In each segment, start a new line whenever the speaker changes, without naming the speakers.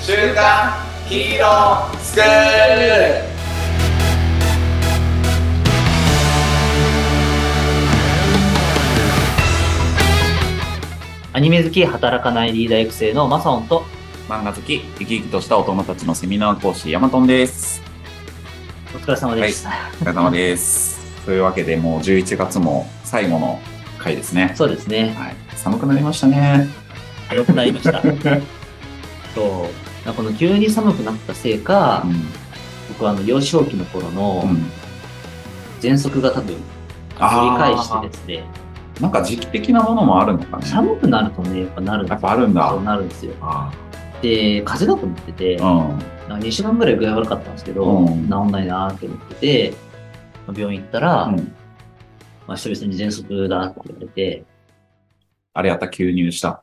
週刊ヒーロースクール
アニメ好き働かないリーダー育成のマサオンと
漫画好き、生き生きとした大人たちのセミナー講師、ヤマトンです。
お疲れ様です、
お疲れ 様です。というわけで、もう11月も最後の回ですね。
そうですね
はい、寒くなりましたね。
良くなりま したそうこの急に寒くなったせいか、
うん。
僕はあの幼少期の頃の
うん、
喘息が多分繰り返してですね
ーなんか時期的なものもあるのかね。
寒くなるとねやっぱなるんで
や
す
っ
よ
ぱあるんだ
そう。なるんですよ
あ
で風邪だと思ってて、
ー
なんか2週間ぐらい具合悪かったんですけど、
うん
治んないなーって思ってて病院行ったら、
うん。うん。
まあ、久々に喘息だって言われて、
あれやった、吸入した。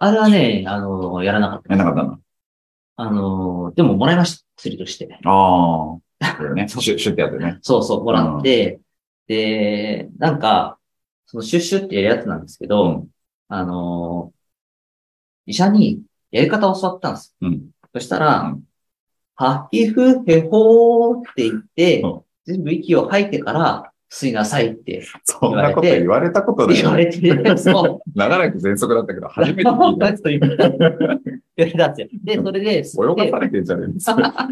あれはね、あのやらなかった
やんなかったな。
あのーでももらいました、薬として。
ああ。そうだよね。シュッシュッってやってね。
そうそう、もらって、で、なんか、そのシュッシュッってやるやつなんですけど、
うん
あのー医者にやり方を教わったんです。
うん。
そしたら、
うん
はひふへほーって言って、
うん
全部息を吐いてから吸いなさいって
そんなこと言
言
われたことで
言われて、そう、
長らく喘息だったけど、初めて聞いた。
そういう 言われたんですよ。で、それで吸って、
泳がされてんじゃねえんですか。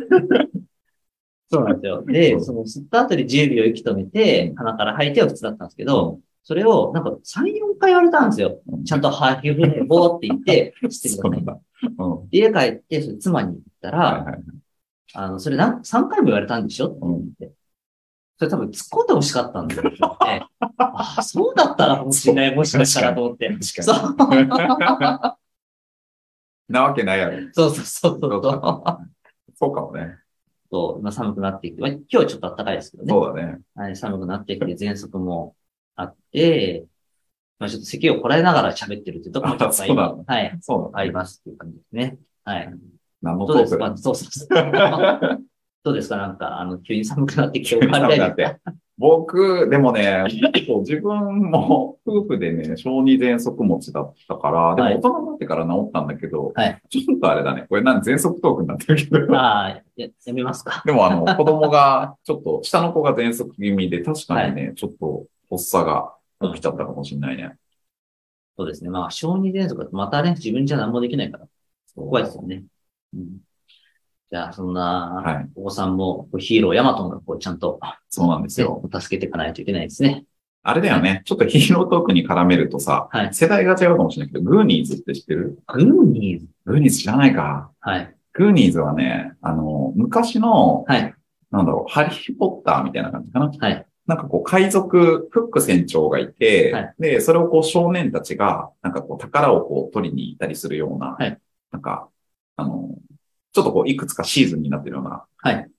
そうなんですよ。で
う、ん
その吸った後に10秒息止めて、鼻から吐いては普通だったんですけど、それをなんか3、4回言われたんですよ。ちゃんと吐きふねぼーって言 って、吸って
そ
く
うな
ださい
ん。だ。うん。は
家帰って、それ妻に言ったら、
いはい。
あの、それなん3回も言われたんでしょって言って。それ多分突っ込んで欲しかった んだよって思って。ああ、そうだったらかもしれない。もしかしたらと思って。
確
そう
かに。 なわけないやろ。
そうそうそうそ
そうう
そう。
かそうかもね。
そう、まあ、寒くなってきて、まあ今日はちょっと暖かいですけどね。
そうだね。
はい、寒くなってきて、喘息もあって、まあ、ちょっと咳をこらえながら喋ってるっていうところもちょっと
あ
今
そう
はい、
そうだ
あ
ね。
りますっていう感じですね。はい。
何のト
どうで
ー
す
ク
か
だ
そうそう そう。どうですかなんか、あの、急に寒くなってきておか れた
だっ
り。
て。僕、でもね、そう自分も夫婦でね、小児喘息持ちだったから、で
はい
も大人になってから治ったんだけど、
はい
ちょっとあれだね、これなん喘息トークになってるけど、
ああ、や、やめますか。
でもあ の、子供が、ちょっと、下の子が喘息気味で、確かにね、ちょっと、発作が起きちゃったかもしれないね。
そうですね。まあ、小児喘息だとまたね、自分じゃ何もできないから、怖いですよね。うん。じゃあ、そんな、
はい
お子さんも、こうヒーロー、ヤマトンがこう、ちゃんと、
そうなんです
ね
よ。
助けていかないといけないですね。
あれだよね。ちょっとヒーロートークに絡めるとさ、
はい
世代が違うかもしれないけど、グーニーズって知ってる
グーニーズ。
グーニーズ知らないか。
はい。
グーニーズはね、あの、昔の、
はい。
なんだろう、ハリーポッターみたいな感じかな。
はい。
なんかこう、海賊、フック船長がいて、
はい
で、それをこう少年たちが、なんかこう、宝をこう、取りに行ったりするような、
はい
なんか、あの、ちょっとこう、いくつかシーズンになってるような、
はい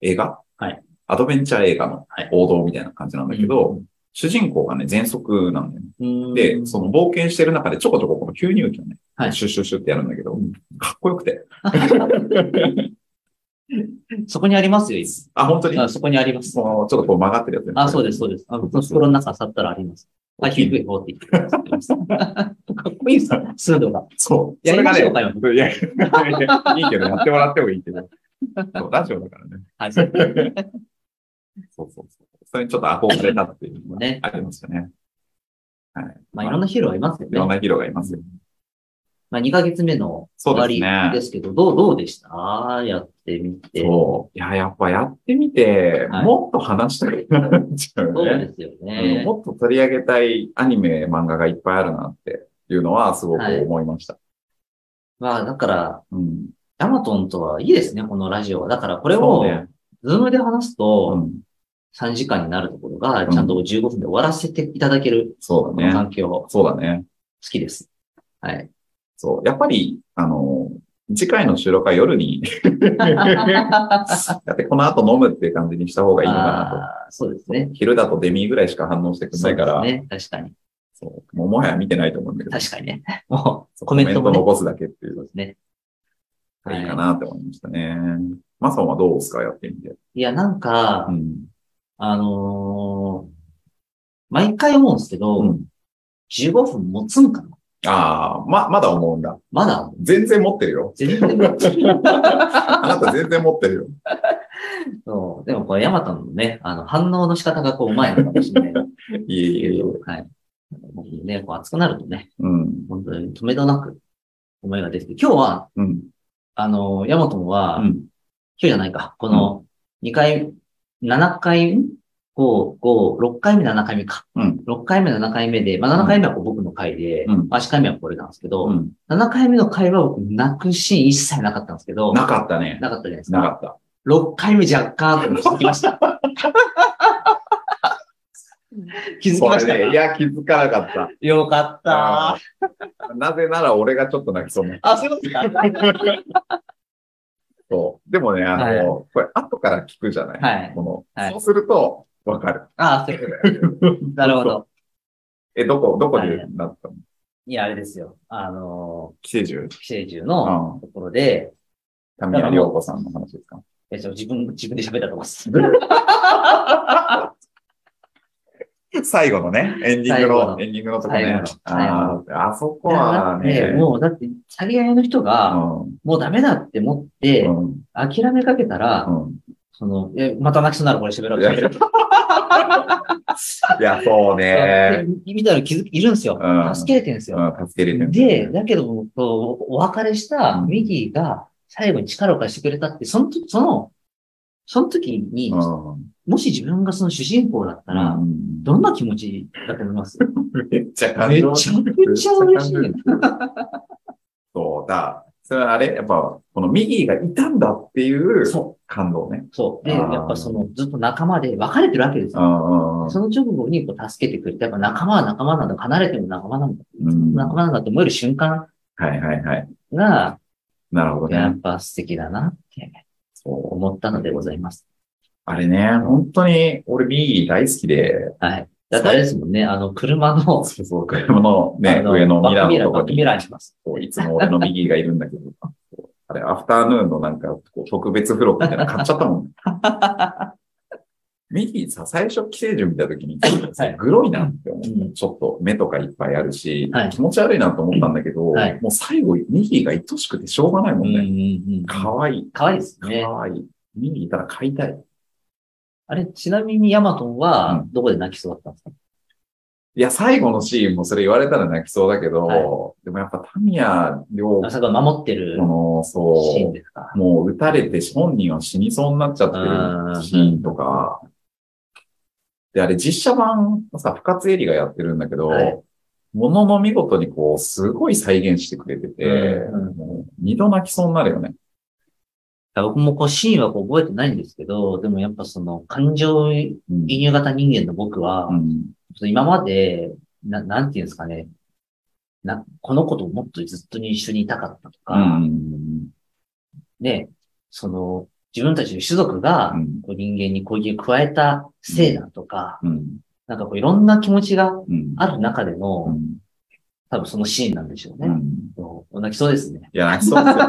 映画
はい
アドベンチャー映画の
はい
王道みたいな感じなんだけど、
う
主人公がね、喘息なんだよね。
う
で、
ん
その冒険してる中でちょこちょここの吸入器をね、
はい
シュッシュッシュッってやるんだけど、かっこよくて。
そこにありますよ、いつ
あ、本当に
あそこにあります。
そのちょっとこう曲がってるやつね
あ、そうです、そうです。あの、袋の中触ったらあります。あ、低い方って言ってます。かっこいいですか数度が。
そう。
や
それ
りま
が
し
ね、
ょうかよ。
いやいやいやいいけど、やってもらってもいいけど。そうラジオだからね。
はい。そう
そうそうそう。それにちょっと憧れたっていうのが
ね
ありましたね。
まあ、いろんなヒーローありますよ
いろん
ね。
なヒーローがいますよ。
まあ、2ヶ月目の
そ
終わ
うです
り
ね
で。すけど、どう、どうでしたやってみて。
そう。いや、やっぱやってみて、
はい
もっと話したくなっちゃう
そう
ね。
ですよ
うん
ね。
もっと取り上げたいアニメ、漫画がいっぱいあるなっていうのはすごく思いました。
まあ、だから、
うん。
ヤマトンとはいいですね、このラジオは。だから、これ
そう
を、
ね。
ズームで話す
う
と、
ん。
3時間になるところが、ちゃんと15分で終わらせていただける、
そう
この
だね。
環境、好
そうだね。
きです。はい。
そう。やっぱり、あの、次回の収録は夜 にやって、この後飲むっていう感じにした方がいいのかな
あーそうですね
と。。昼だとデミぐらいしか反応してくれないから、
そう
そう
ですね。確かに。
もうもはや見てないと思うんだけど、
確かにね。もう、
そう
コメントもね
残すだけっていう
そう
の
ですね。
がいいかなって思いましたね。マサオンはどうですかやってみて。
いや、なんか、
うん。
あのー毎回思うんですけど、
うん
15分持つんかな
ああ、ま、まだ思うんだ。
まだ、
全然持ってるよ。
全然もう
あなた全然持ってるよ。
そう。でもこれ、ヤマタのね、あの、反応の仕方がこう、うまいのかもしれない
いえい
け
えいえ。
ど、はい。ね、こう、熱くなるとね、
うん。
本当に止めどなく、思いが出てきて、今日は、
うん。
あの、ヤマトンは、
う
今
ん。
日じゃないか、この、2回、7回、5、5、6回目、7回目か。
うん
6回目、7回目で、まあ、7回目はこう僕の回で、
うん
まあ8回目はこれなんですけど、
うん。
7回目の回は僕、泣くシーン一切なかったんですけど、
なかったね。
なかったじゃないです
な
か。
かった。
6回目若干、気づき ました。気づきまし
これねい
た
や、気づかなかった。
よかった。
なぜなら俺がちょっと泣きそうになった
あ、そういうことか。
そう。でもね、あの、これ後から聞くじゃない、
はい
この、
はい
そうすると、わか る。
あ、そういうことなるほど。
え、どこ、どこでなったの
いや、あれですよ。あの
寄生獣
ー、寄生獣
う
の
ん。
ところで、
神谷涼子さんの話ですか
え、じゃあ自分、自分で喋ったと思います。
最後のね、エンディング
最後
の、
の
エンディングのとこ
最
ね
後の。最
あ
後
ーあそこはね、
もう、だって、去り合いの人が、もうダメだって思って、
うん。うん。
諦めかけたら、
うん。
その、え、また泣きそうになる、これ喋ろう
いや
喋ろう。
いや、そうね。
でみたいなの気づき、いるんですよ
う。ん
助けれてるんですよ。
うん、助けれてる。
で、だけども、こうお別れした
うん
ミディが最後に力を貸してくれたって、その時、その、その時に
う、ん。
もし自分がその主人公だったら、
うん
どんな気持ちだと思います
めっちゃ感
めち
動
ゃくちゃ嬉しい。
そうだ。それはあれやっぱ、この右がいたんだっていう
そう。
感動ね。
そう。で、
あー
やっぱその、ずっと仲間で別れてるわけです
う
よ。
んうんうん
その直後にこう助けてくれて、やっぱ仲間は仲間なんだ、離れても仲間なんだ、
うん
仲間なんだって思える瞬間
はいはいはい。
が、
なるほど
や
ね。
っぱ素敵だなって
そう
思ったのでございます。
あれね、本当に俺右大好きで、
はい。だってあれですもんね、あの、車の、
そうそう、車の
あ
ね、
の
上の
バ
ミ
ッ
ラ
クミ
ー
ラ
のと
ー、バ
こ
ックミ
に、
ラーにします。
こういつも俺の右がいるんだけど、あれ、アフターヌーンのなんか、こう特別付録みたいなの買っちゃったも ん。右さ、最初、寄生獣見た時に、
はい
グロいなって思って
うん
ちょっと目とかいっぱいあるし、
はい
気持ち悪いなと思ったんだけど、
はい
もう最後、ミギーが愛しくてしょうがないも
うんんう
ね。
んうん。
かわいい。
かわいいです
か
ね。
わいい。ミギーいたら買いたい。
あれ、ちなみにヤマトンは
う、
どこで泣きそうだったんですか
いや、最後のシーンもそれ言われたら泣きそうだけど、
はい
でもやっぱタミヤ両
あそこは守ってる
この、
シーン
そ
ですか
う、もう撃たれて本人は死にそうになっちゃって
うん
るシーンとか、で、あれ実写版のさ、深津絵里がやってるんだけど、
はい
ものの見事にこう、すごい再現してくれてて、
うんうん
もう二度泣きそうになるよね。
僕もこうシーンはこう覚えてないんですけど、でもやっぱその感情
うん
輸入型人間の僕は、
うん
今まで、な、なんていうんですかね。な、この子ともっとずっと一緒にいたかったと
う
か、
ん
ね、その、自分たちの種族が、こう人間に攻撃を加えたせいだとか、
うん
なんかこういろんな気持ちが
うん
ある中で
う
の、
ん
多分そのシーンなんでしょう
う
ね。
ん
そう泣きそうですね。
いや、泣きそうです よ。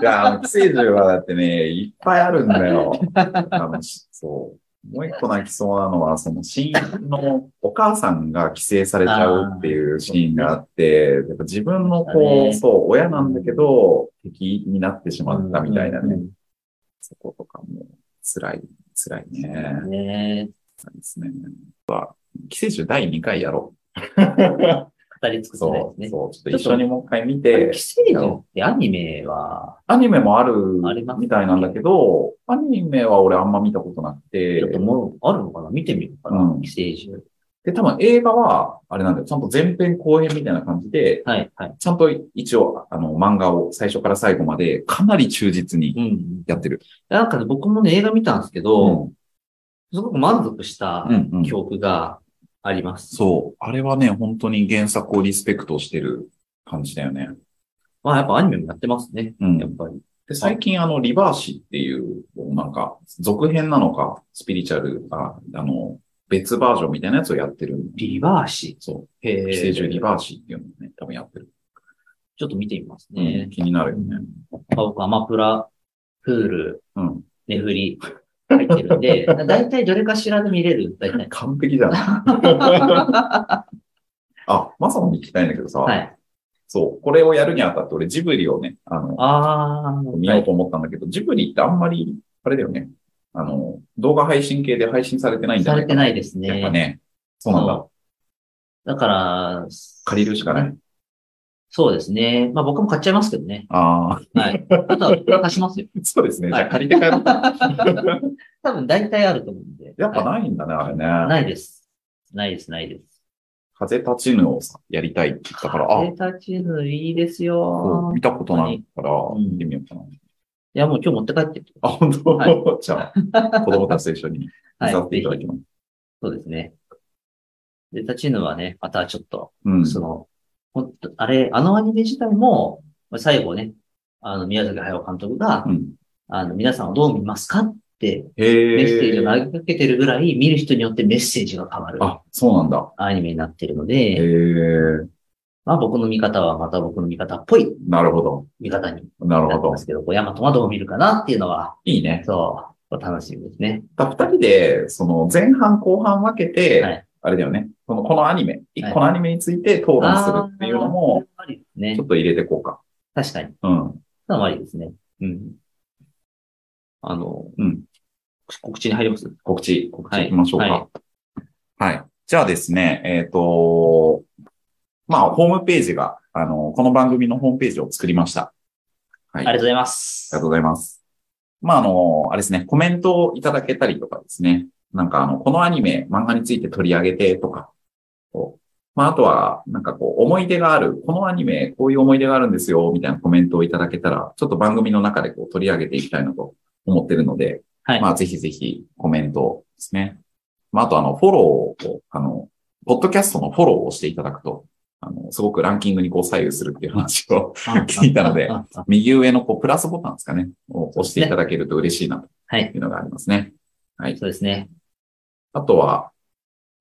いや、あの寄生獣はだってね、いっぱいあるんだよ。あのしそう。もう一個泣きそうなのは、そのシーンのお母さんが寄生されちゃうっていうシーンがあって、やっぱ自分の
そう
こ
だ
う、
ね
そう、親なんだけど、敵になってしまったみたいな
う
ね。
ん
そことかも、辛い、辛いね。
うんね
そうですね。寄生獣第2回やろう。
語り尽くせないで
そ
す
う、
ね。
そう。ちょっと一緒にもう一回見て。
寄生のってアニメは、
アニメもある
あります
みたいなんだけど、アニメは俺あんま見たことなくて
ちょっ、ともう、あるのかな見てみようかな。
うん
寄生獣。
で、多分映画は、あれなんだよ、ちゃんと前編後編みたいな感じで、
はい、はい。
ちゃんと一応、あの、漫画を最初から最後までかなり忠実に
うんうん。
やってる。
なんかね、僕もね、映画見たんですけ
う
ど、
ん
すごく満足した
うんうん
記憶があります。
そう。あれはね、本当に原作をリスペクトしてる感じだよね。
まあ、やっぱアニメもやってますね。
う
やっ
ん。
ぱり。
で最近、あの、リバーシっていう、なんか、続編なのか、スピリチュアル、あ、あの、別バージョンみたいなやつをやってる。
リバーシ。
そう。
へー
寄生獣リバーシーっていうのをね、多分やってる。
ちょっと見てみます
う
ね
ん。気になるよね。
まあ、僕、アマプラ、フール、
うん。
ネフリ、入ってる んで、だいたいどれかしらで見れる。だいたい。
完璧じゃん。あ、まさに聞きたいんだけどさ、
はい。
そう、これをやるにあたって俺ジブリをね、あの、
あ
見ようと思ったんだけど、ジブリってあんまり、あれだよね。あの、動画配信系で配信されてないん
あ、
じゃな
され
いか
てないです
やっぱ
ね。
ね、そうなんだ。
だから、
借りるしかない。
そうですね。まあ僕も買っちゃいますけどね。
ああ、
はい。あとは貸しますよ。
そうですね。じゃあ
はい
借りて帰ろう。
多分大体あると思うんで。
やっぱ
は
ないんだね、あれ
い
ね。
ないです。ないです、ないです。
風立ちぬをさ、やりたいって言ったから、あ、
データチーズいいです
そう
よ。
見たことないから、
当に
見てみようかな。
いや、もう今日持って帰ってって
あ、本当、
は
じゃあ、子供たちと一緒 に見させていただきます。
そうですね。データチームはね、またちょっと、
うん。
その、ほんと、あれ、あのアニメ自体も、まあ最後ね、あの、宮崎駿監督が、
うん
あの、皆さんをどう見ますかって、
へえ。
メッセージを投げかけてるぐらい、見る人によってメッセージが変わる
あ、そうなんだ。
アニメになってるの
へ
で、
え。
まあ僕の見方はまた僕の見方っぽい
なるほど。
見方に
なるほ
なって
ど
ま。すけど、こうヤマトはどう見るかなっていうのは、
いいね。
そう、お楽しみですね。
だから二人で、その前半後半分けて、
はい
あれだよね。このこのアニメ、一個のアニメについて討論するっていうのも、
あー、ありですね
ちょ。っと入れてこうか。
確かに。
うん。
それもありですね。うん。あの、
うん。
告知に入ります
告知、告知
はい
行きましょうか。
は
はい。じゃあですね、えっ、と、まあ、ホームページが、あの、この番組のホームページを作りました。はい。
ありがとう
あり
ございます。
がとうございます。まあ、あの、あれですね、コメントをいただけたりとかですね。なんか、あの、このアニメ、漫画について取り上げてとか。こうまあ、あとは、なんかこう、思い出がある、このアニメ、こういう思い出があるんですよ、みたいなコメントをいただけたら、ちょっと番組の中でこう取り上げていきたいなと思ってるので、
はい。
まあ、ぜひぜひコメントですね。まあ、あと、あの、フォローを、あの、ポッドキャストのフォローをしていただくと、あの、すごくランキングにこう左右するっていう話を、聞いたの で
あああ
右上のこう、プラスボタンですかね、を押していただけると嬉しいな、と
はい。
いうのがありますね。はい。
そうですね。
あとは、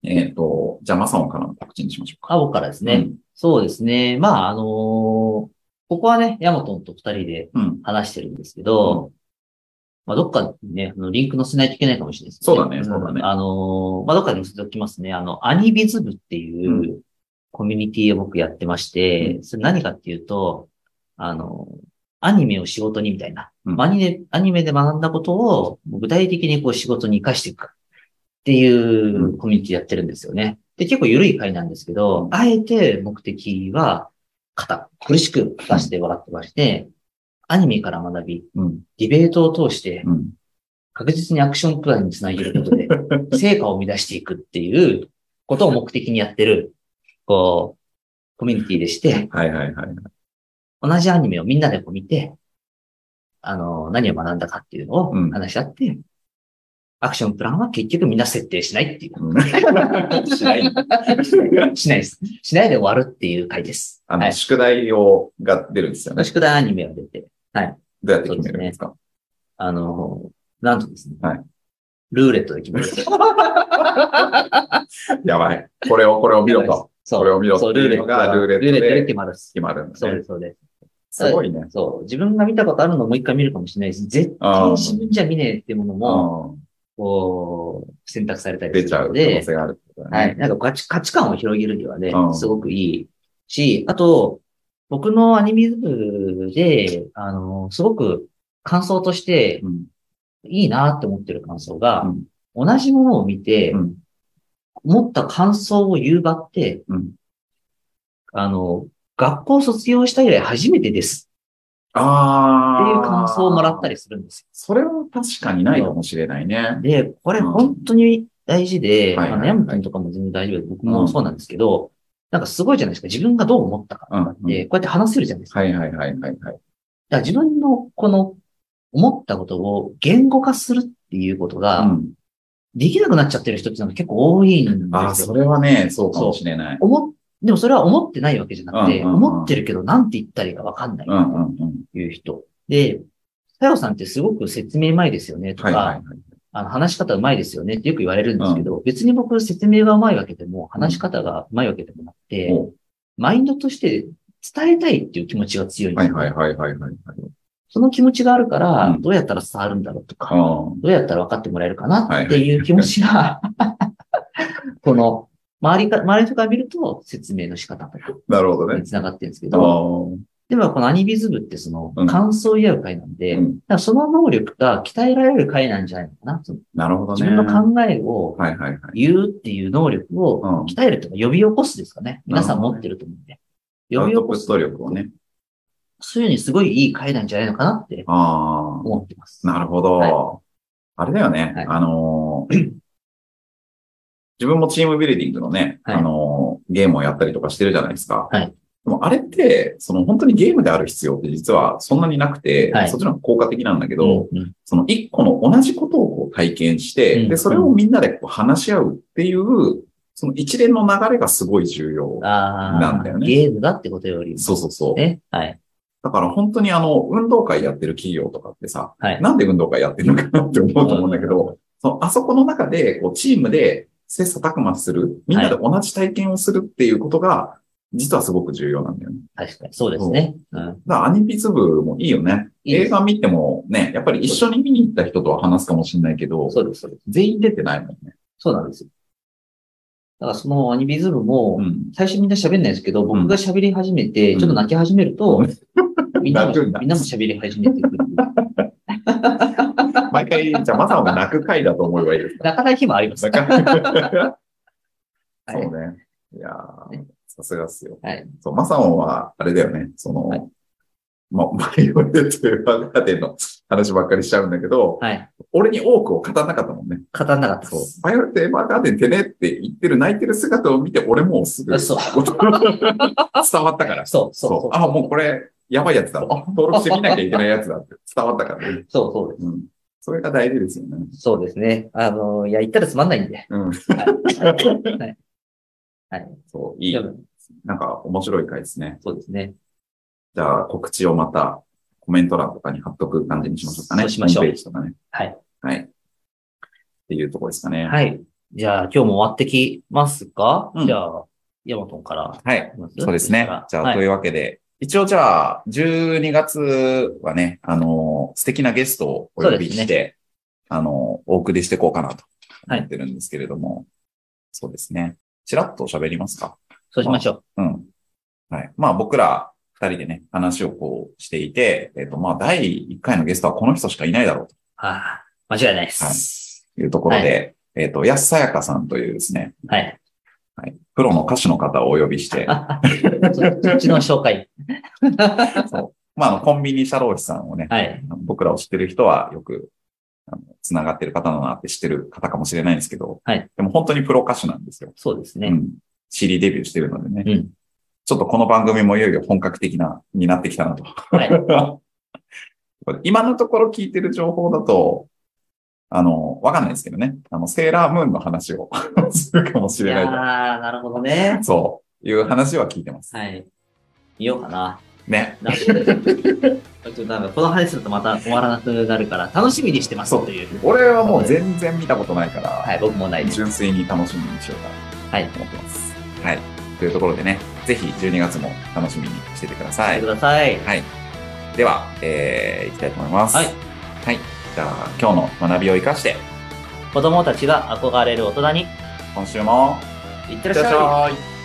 えっ、と、じゃあ、マサオンからの告知にしましょうか。
あ、僕からですね。
うん
そうですね。まあ、あのーここはね、ヤマトンと二人で
うん。
話してるんですけど、まあ、どっかにね、あのリンク載せないといけないかもしれないですね。
そうだね
ん
そうだね
あのーまあ、どっかに載せておきますね。あの、アニビズ部っていう、
う
コミュニティを僕やってまして、それ何かっていうと、あの、アニメを仕事にみたいな、
うん
アニメ、アニメで学んだことを具体的にこう仕事に活かしていくっていううコミュニティやってるんですよね。で、結構緩い回なんですけど、あえて目的は肩、苦しく出して笑ってまして、アニメから学び、
うん。
ディベートを通して
うん。
確実にアクションプランにつなげることで、 成果を生み出していくっていうことを目的にやってる、こう、コミュニティでして、
はいはいはい。
同じアニメをみんなでこう見て、あの、何を学んだかっていうのを
うん
話し合って、アクションプランは結局みんな設定しないっていう。
うんしない。
しないです。しないで終わるっていう回です。
あの、
はい。
宿題を、が出るんですよね。
宿題アニメを出て、
どうやって決めるんですか
あの、なんとですね。
はい
ルーレットで決める。
やばい。これを、これを 見ろと。
そう。
これを見ろ
そう、
って
ルー
い
レ
うの
ット
がルーレットで
で決まる。
決まるんです
そう
ね
で。す、そうです。
すごいね。
そう。自分が見たことあるのもう一回見るかもしれないし、絶対自分じゃ見ねえってものも、
う
こう、選択された
ん
り
出
する
ちゃ
の
う可能
で、
性があるってことだね。
はい。なんか価値価値観を広げるにはね
う、ん
すごくいいし、あと、僕のアニメ部で、あの、すごく感想として
うん。
いいなって思ってる感想が、
うん
同じものを見て、
うん
思った感想を言う場って、
うん
あの、学校卒業した以来初めてですって
ああ。
いう感想をもらった
り。
りするんですよ
それは確かにないかもしれないね。
で、これ
うん
本当に大事で、
はいはい
あの、ヤム君とかも全然大丈夫で、僕もそうなんですけど、なんかすごいじゃないですか。自分がどう思ったか
うん。うん
って、こうやって話せるじゃないですか。
はいはいはいはいはい。
だから自分のこの思ったことを言語化するっていうこと
う
が、
ん。
できなくなっちゃってる人ってなんか結構多いん
ああ、
です
そ
よ。
れはね、そうかもしれない。
思っでもそれは思ってないわけじゃなくて、
うんうんうん
思ってるけどなんて言ったらいいかわかんない
うんうんうん。
っていう人。で、さよさんってすごく説明前ですよねとか、
はいはいはい。
あの、話し方うまいですよねってよく言われるんですけど、別に僕説明がうまいわけでも、話し方がうまいわけでもなくて、
お
マインドとして伝えたいっていう気持ちが強いんで
はい
すよ
はいはいはいはい。
その気持ちがあるから、
うん
どうやったら伝わるんだろうとか、
うん。
どうやったら分かってもらえるかなっていう気持ちが、この周りか、周りの人から見ると説明の仕方とか
なるほど
に
ね。
繋がってるんですけ
あ
ど、
ー
でもこのアニビズムってその
うん
感想を言い合う会なんで、
う
だか
ん
らその能力が鍛えられる会なんじゃないのかな。その
なるほどね。
自分の考えを
はいはいはい。
言うっていう能力
う
を
ん。
鍛えるとか呼び起こすですかね。皆さ
なる
ん
ほ
持
どね
ってると思うんで。
ア
呼
ウ
び
ト
起こ
プ
す
ット力をね。
そういうふうにすごいいい会なんじゃないのかなって
あ
思ってます。
あ、なるほど。
はい
あれだよね。
はい
あのー 自分もチームビルディングのね、
はい
あのーゲームをやったりとかしてるじゃないですか。
はい
でもあれって、その本当にゲームである必要って実はそんなになくて、
はい
そっちの方が効果的なんだけど、
うんうん
その一個の同じことをこう体験して、
うん
で、それをみんなでこう話し合うっていう、その一連の流れがすごい重要。
あ
なんだ
あ、
よね
ゲームだってことよりも。
そうそうそう。
ね。はい。
だから本当にあの、運動会やってる企業とかってさ、
はい
なんで運動会やってるのかなって思うと思うんだけど、そのあそこの中で、こう、チームで切磋琢磨する、みんなで同じ体験をするっていうことが、実はすごく重要なんだよね。
確かに。そうですね。うん。
だからアニビズムもいいよね。
いいです
映画見てもね、やっぱり一緒に見に行った人とは話すかもしれないけど、
そうです、そうです。
全員出てないもんね。
そうなんですよ。だからそのアニビズムも、
うん。
最初みんな喋んないですけど、僕が喋り始めて、
うん
ちょっと泣き始めると、 みんなも、
泣くんだ
みんなも喋り始めてくる。
毎回、じゃあまさおが泣く回だと思えばいいですか
泣かない日もあります。
泣かそう
はい
ね。いやー
ね
さすがっすよ。
はい。
そう、マサオンは、あれだよね、その、
はい
ま あ、マリオネットバーガーデンの話ばっかりしちゃうんだけど、
はい。
俺に多くを語らなかったもんね。
語らなかった
そう
です。。
マリオネットバーガーデンってねって言ってる、泣いてる姿を見て、俺もうすぐ、
嘘
伝わったから。
そう、そう、そう。
あ、もうこれ、やばいやつだ。
そう
登録してみなきゃいけないやつだって伝わったからね。
そう、そうで
うん。それが大事ですよね。
す。そうですね。あの、いや、言ったらつまんないんで。
うん。
はい。はいはい。
そう、いい
多。分
なんか面白い回ですね。
そうですね。
じゃあ、告知をまたコメント欄とかに貼っとく感じにしましょうかね。
そうしましょ
ホ
う
ームページとかね。
はい。
はい。っていうところですかね。い。
はい。じゃあ、今日も終わってきますか、
うん
じゃあ、ヤマトンから。
はい。そうですね。じゃあ、というわけで、一応じゃあ、12月はね、あのー、素敵なゲストをお呼び
そう
し
で
て、あのー、お送りしていこうかなと
はい
思ってるんですけれども、そうですね。ちらっと喋りますか。
そうしましょう。
うん。はい。まあ僕ら二人でね、話をこうしていて、えっ、とまあ第1回のゲストはこの人しかいないだろう
ああ、間違いないで
はい
す。
というところで、えっ、と、安さやかさんというですね、
はい。
プロの歌手の方をお呼びして、
そそっちの紹介。
まああのコンビニ社労士さんをね、
はい。
僕らを知ってる人はよく、あのつながってる方だなって知ってる方かもしれないんですけど、
はい
でも本当にプロ歌手なんですよ。
そうです
う
ね。
ん。CD デビューしてるのでね、
うん。
ちょっとこの番組もいよいよ本格的な、になってきたなと
はい。
これ 今のところ聞いてる情報だと、あの、わかんないですけどね。あの、セーラームーンの話をするかもし
い
れ
やー、
な
なるほどね
い。。そう。いう話は聞いてます。
はい。見ようかな。
ね。
なんか ちょっとなんかこの話するとまた終わらなくなるから、楽しみにしてます
そう
という。
俺はもう全然見たことないから、
はい、僕もないです。
純粋に楽しみにしようか
はい
なと思ってます。はい。というところでね、ぜひ12月も楽しみにしててくださ
はいい、く。ださい。
はい。では、えー、いきたいと思います。
はい
はい。じゃあ、今日の学びを生かして、
子供たちが憧れる大人に、
今週も、
いってらっしゃい。
い。